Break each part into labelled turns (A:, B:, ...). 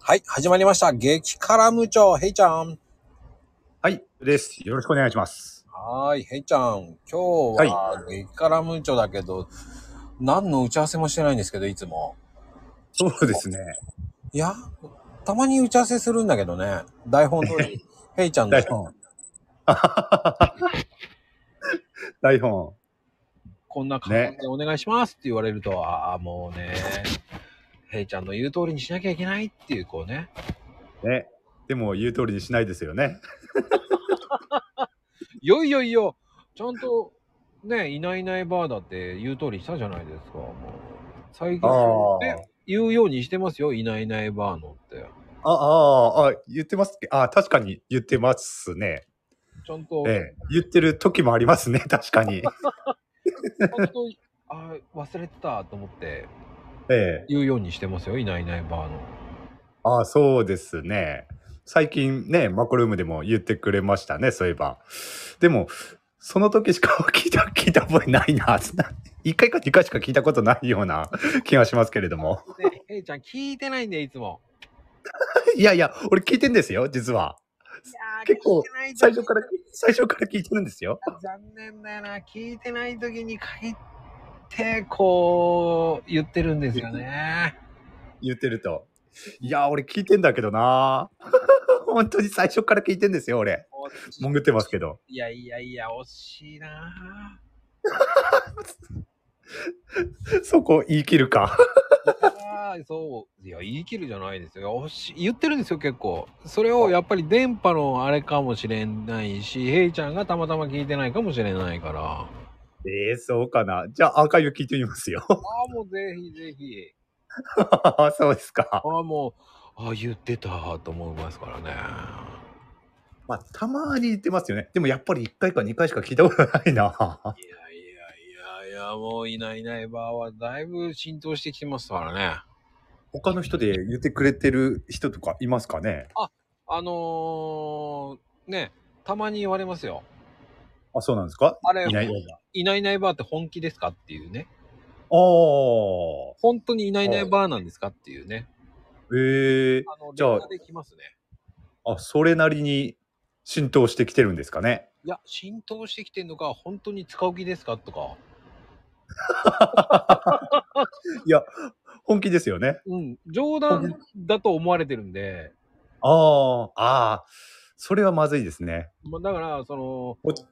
A: はい、始まりました。激辛無調、ヘイちゃん。
B: はい、です。よろしくお願いします。
A: はーい、ヘイちゃん。今日は激辛無調だけど、何の打ち合わせもしてないんですけど、いつも。
B: そうですね。
A: いや、たまに打ち合わせするんだけどね。台本通 り、ヘイちゃんの
B: 台 本。台本。
A: こんな感じでお願いしますって言われると、ああ、もうね、ヘイちゃんの言う通りにしなきゃいけないっていう、こうね。
B: ね。でも言う通りにしないですよね。
A: よいよいよ、ちゃんと、ね、いないいないばあだって言う通りしたじゃないですか、もう。最近
B: あ、ー
A: ね、言うようにしてますよ、いないいないばあのって。
B: ああ、あ言ってますっけあ確かに言ってますね。
A: ちゃんと、
B: ええ。言ってる時もありますね。確かに。
A: ちゃんと、あー忘れてたと思って、
B: ええ。
A: 言うようにしてますよ、いないいないばあの。
B: ああ、そうですね。最近ね、マコルームでも言ってくれましたね。そういえば。でも、その時しか聞いた、聞いた覚えないな。一回か二回しか聞いたことないような 気がしますけれども。
A: ね、ヘイちゃん聞いてないんで、いつも。
B: いやいや、俺聞いてんですよ、実は。
A: いやー
B: 結構
A: 聞いてない
B: 最初から、最初から聞いてるんですよ。
A: 残念だよな聞いてない時に帰ってこう言ってるんですよね
B: 言ってると。いや、俺聞いてんだけどな。 本当に最初から聞いてんですよ、俺。潜ってますけど。
A: いやいやいや惜しいな
B: そこ言い切るか。
A: あーそういや言い切るじゃないですよ惜しい言ってるんですよ結構それをやっぱり電波のあれかもしれないしヘイちゃんがたまたま聞いてないかもしれないからあ
B: えー、そうかな。じゃあアーカイブ聞いてみますよ。
A: あもうぜひぜひ
B: そうですか。
A: ああもうああ言ってたと思いますからね
B: まあ、たまに言ってますよね。でもやっぱり1回か2回しか聞いたことない
A: いやい
B: な。
A: やいやいや、もういないいないばあはだいぶ浸透してきてますからね。
B: 他の人で言ってくれてる人とかいますかね
A: あのー、ね、たまに言われますよ。
B: あ、そうなんですか
A: あれ、
B: い
A: い
B: な
A: ないい
B: ような。
A: いないばあって本気ですかっていうね。
B: ああ。
A: 本当にいないいないばあなんですかっていうね。
B: ええ
A: あの、
B: じゃあ
A: 電話できますね。
B: あ、それなりに浸透してきてるんですかね。
A: いや、浸透してきてんのか、本当に使う気ですかとか。
B: 本気ですよね。
A: うん、冗談だと思われてるんで、
B: ああ、ああ、それはまずいですね。
A: まあ、だから、その
B: もうち、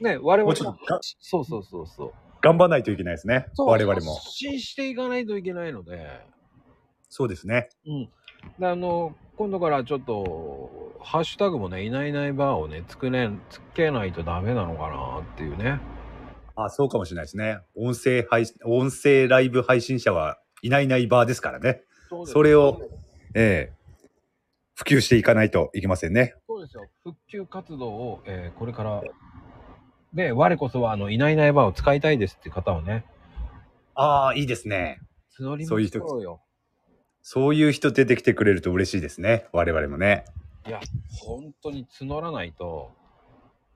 A: ね、我々
B: もうちょっとが
A: そうそうそうそう。
B: 頑張らないといけないですね。
A: そう
B: 我々も。
A: 発信していかないといけないので。
B: そうですね。
A: うん。であの、今度からちょっと、ハッシュタグもね、いないいないバーをね、つくね、つけないとダメなのかなっていうね。
B: あそうかもしれないですね。音声配信、音声ライブ配信者はいないいないバーですからね。
A: そ
B: それを。ええ普及していかないといけませんね。
A: そうですよ。復旧活動を、えーこれから、で、我こそは、あの、いないいないバーを使いたいですっていう方をね、
B: ああ、いいですね。
A: 募りましょ
B: そうういう
A: よ。
B: 人そういう人出てきてくれると嬉しいですね。我々もね。
A: 本当に募らないと、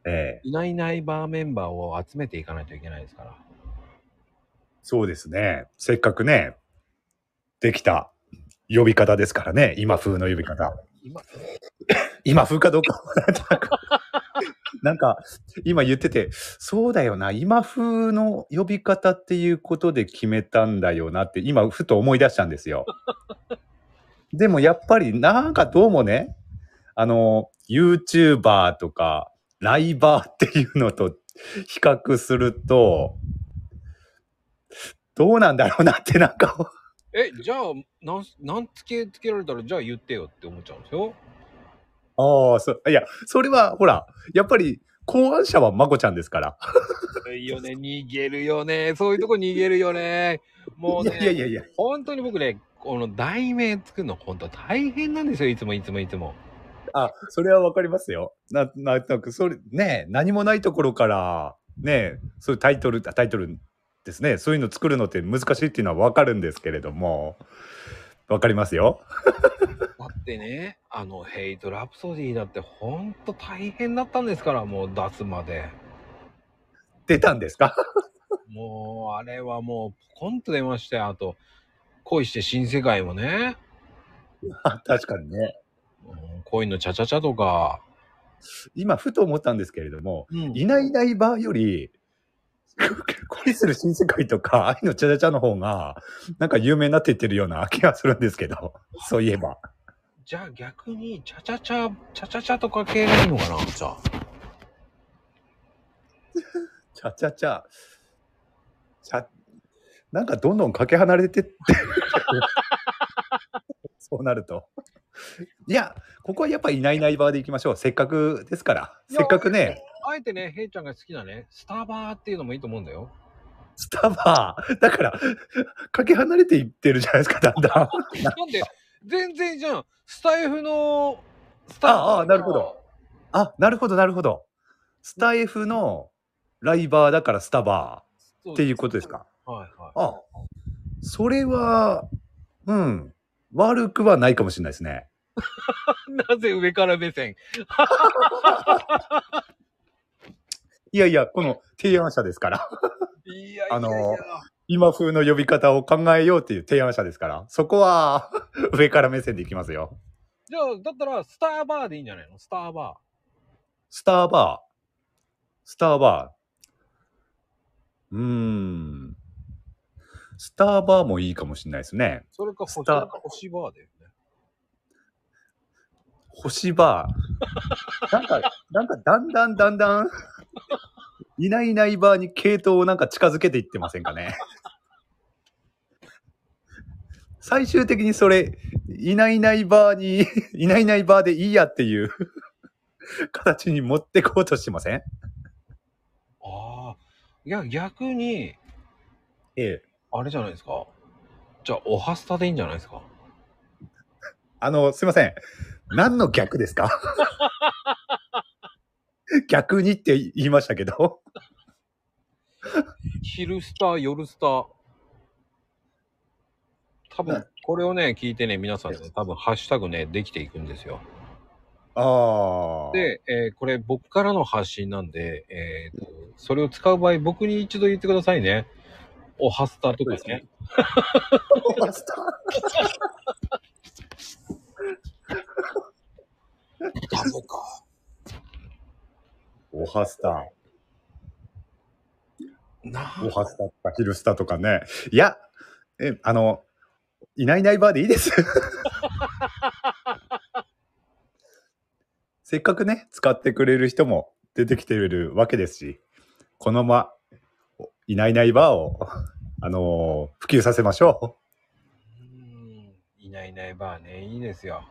B: ええ
A: いないいないバーメンバーを集めていかないといけないですから。
B: そうですね。せっかくね、できた呼び方ですからね。今風の呼び方。
A: 今、
B: 今風かどうかはなんか なんか、今言ってて、そうだよな、今風の呼び方っていうことで決めたんだよなって、今、ふと思い出したんですよ。でもやっぱり、なんかどうもね、あの、YouTuber とか、ライバーっていうのと比較すると、どうなんだろうなって、なんか、
A: え、じゃあ、なん、なんつけつけられたら、じゃあ言ってよって思っちゃうんですよ。
B: ああ、そ、いや、それは、ほら、やっぱり、考案者はまこちゃんですから。
A: いいよね、逃げるよね。そういうとこ逃げるよね。もうね、
B: いやいやいやいや。
A: 本当に僕ね、この題名作るの本当大変なんですよ。いつもいつもいつも。
B: あ、それはわかりますよ。な、なんとなく、それ、ねえ、何もないところから、ねえ、そういうタイトル、あタイトルですね。そういうの作るのって難しいっていうのはわかるんですけれども、わかりますよ。
A: だってね、あの、ヘイトラプソディだって本当大変だったんですから、もう出すま で。
B: 出たんですか
A: もう、あれはもう、ポコンと出ましたよ。あと、恋して新世界もね。
B: あ確かにね。
A: うん恋のチャチャチャとか。
B: 今、ふと思ったんですけれども、
A: うん
B: いないいないばーより、恋する新世界とか、愛のちゃちゃちゃの方が、なんか有名になっていってるような気がするんですけど、そういえば。
A: じゃあ逆に、チャチャチャ、チャチャチャとか系がいいのかなじゃあ。
B: ちゃちゃちゃ。ちゃ、なんかどんどんかけ離れてって。そうなると。いや、ここはやっぱいないいないバーでいきましょう。せっかくですから。
A: いや
B: せっかくね、
A: あえてね、ヘイちゃんが好きなね、スターバーっていうのもいいと思うんだよ。
B: スタバー。だから、かけ離れていってるじゃないですか、だんだん。
A: なんで、全然じゃん。スタイフの、スタ
B: ああなるほど。あ、なるほど、なるほど。スタイフのライバーだからスタバ
A: そ
B: ーっ
A: う
B: ていうことです。か。
A: はいはい。
B: あ、それは、うん、悪くはないかもしれないですね。
A: なぜ上から目線
B: いやいや、この提案者ですから。
A: いやいやいや、
B: あのー今風の呼び方を考えようっていう提案者ですから。そこは 上から目線でいきますよ。
A: じゃあ、だったら、スターバーでいいんじゃないのスターバ
B: スターバー。スターバー。うーん。スターバーもいいかもしれないですね
A: ー。。それか星、
B: スター
A: 星バーだよね。
B: 星バー。なんか、なんかだんだんだんだん、いないいないバーに系統をなんか近づけていってませんかね。最終的にそれ、いないいないバーに、いないいないバーでいいやっていう形に持ってこうとしてません
A: ああ。いや、逆に、
B: ええ。
A: あれじゃないですか。じゃあ、おはスタでいいんじゃないですか。
B: あの、すいません。何の逆ですか逆にって言いましたけど。
A: 昼スター、夜スター。多分
B: な、
A: これをね、聞いてね、皆さんね、多分、ハッシュタグね、できていくんですよ。
B: ああ。
A: で、えーこれ僕からの発信なんで、えーと、それを使う場合、僕に一度言ってくださいね。おはスタとかね。
B: マスター
A: ダメか。
B: おはスタ
A: な
B: ー、おはスターとか、ヒルスターとかね。いや、え、あの、いないいないバーでいいです。 せっかくね、使ってくれる人も出てきてるわけですし、このまま、いないいないバーを、あの普及させましょ
A: うんいないいないばーね、いいですよ。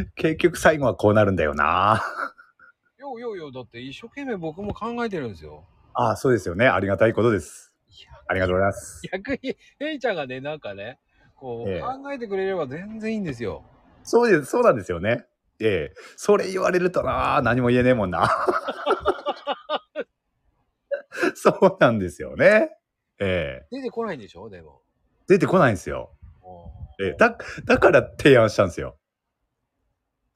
B: う。結局最後はこうなるんだよな。
A: ようようよう、だって一生懸命僕も考えてるんですよ。
B: ああ、そうですよね。ありがたいことです。ありがとうございます。
A: 逆に、ヘイちゃんがね、なんかね、こう、
B: ええ
A: 考えてくれれば全然いいんですよ。
B: そうです、そうなんですよね。ええ、それ言われるとなあ、何も言えねえもんな。そうなんですよね。ええ、
A: 出てこないんでしょでも。
B: 出てこないんですよ。
A: おー
B: ええ、だ、だから提案したんですよ。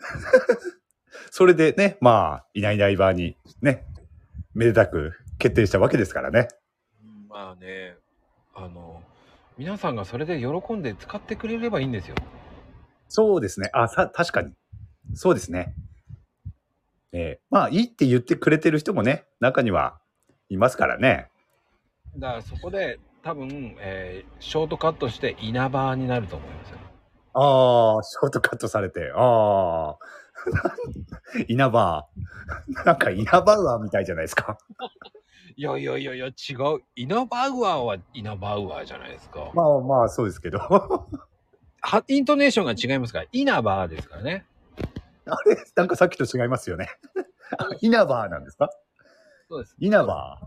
B: それでね、まあ、いないいないバーにね、めでたく決定したわけですからね。
A: まあね、あの、皆さんがそれで喜んで使ってくれればいいんですよ。
B: そうですね。あ、さ、確かに。そうですね。ええ、まあ、いいって言ってくれてる人もね、中にはいますからね。
A: だからそこで多分、えーショートカットして稲葉になると思いますよ。
B: ああ、ショートカットされて、ああ、 稲葉、 なんか稲葉ウアーみたいじゃないですか。
A: いやいやいやいや違う。稲葉ウアーは稲葉ウアーじゃないですか。
B: まあまあ、そうですけど。 あ
A: はイントネーションが違いますから、稲葉ですからね。
B: れ、なんかさっきと違いますよね。 あ稲葉なんですか
A: そうです。
B: 稲葉。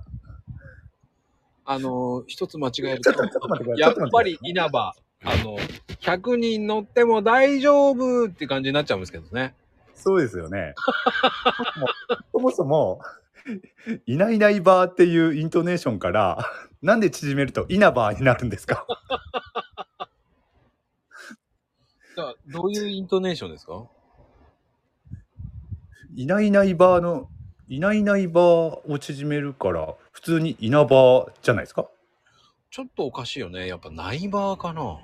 A: あのー一つ間違える
B: ちょ
A: と
B: っと、ちょっと待ってくだ
A: や
B: さ
A: っ
B: い。ちょと
A: ぱ
B: 待
A: り
B: てください
A: 稲葉、あの、100人乗っても大丈夫って感じになっちゃうんですけどね。
B: そうですよね。もうそもそも、いないいないバーっていうイントネーションから、なんで縮めると稲葉になるんですか
A: だからどういうイントネーションですか
B: いないいないバーの、いないいないバーを縮めるから、普通に稲葉じゃないですか
A: ちょっとおかしいよね。やっぱないバーかな。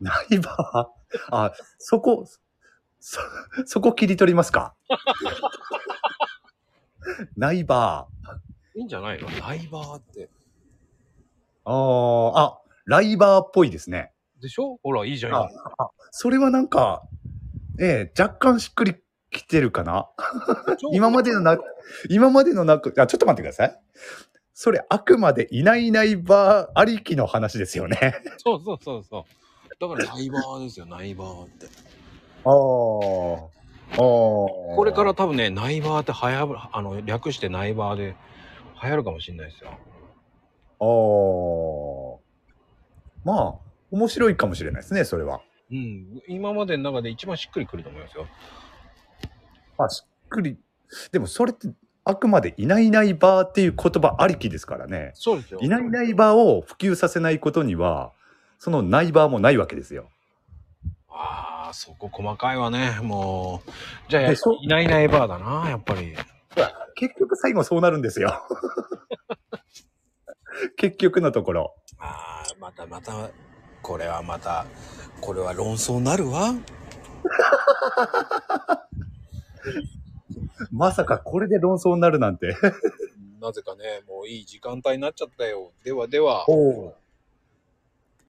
B: ないばあ、そこ、そ、そこ切り取りま すかないば
A: いいんじゃないのライバーって。
B: あーあ、ライバーっぽいですね。
A: でしょほら、いいじゃん。
B: ああそれはなんか、ええ、若干しっくりきてるかな
A: 今超
B: 今までのな、今までのなく、あ、ちょっと待ってください。それ、あくまでいないいないばありきの話です よね。
A: そうそうそうそう。だから、ナイバーですよ、ナイバーって。
B: ああ。こ
A: これから
B: あ
A: 多分ね、ナイバーってはやぶ、あの、略してナイバーで流行るかもしれないですよ。
B: あー。まあ、面白いかもしれないですね、それは。
A: うん。今までの中で一番しっくりくると思いますよ。
B: あ、しっくり。でも、それって、あくまでいないいないばーっていう言葉ありきですからね。
A: そうですよ
B: いないいないばーを普及させないことには、そのないばーもないわけですよ。
A: ああ、そこ細かいわね。もう。じゃあ、やっ
B: で
A: ぱ
B: そう
A: りいないいないバーだな、やっぱり。
B: 結局最後そうなるんです よ。結局のところ。
A: ああ、またまた、これはまた、これは論争になるわ。
B: まさかこれで論争になるなんて。
A: なぜかね、もういい時間帯になっちゃったよ。ではでは、
B: お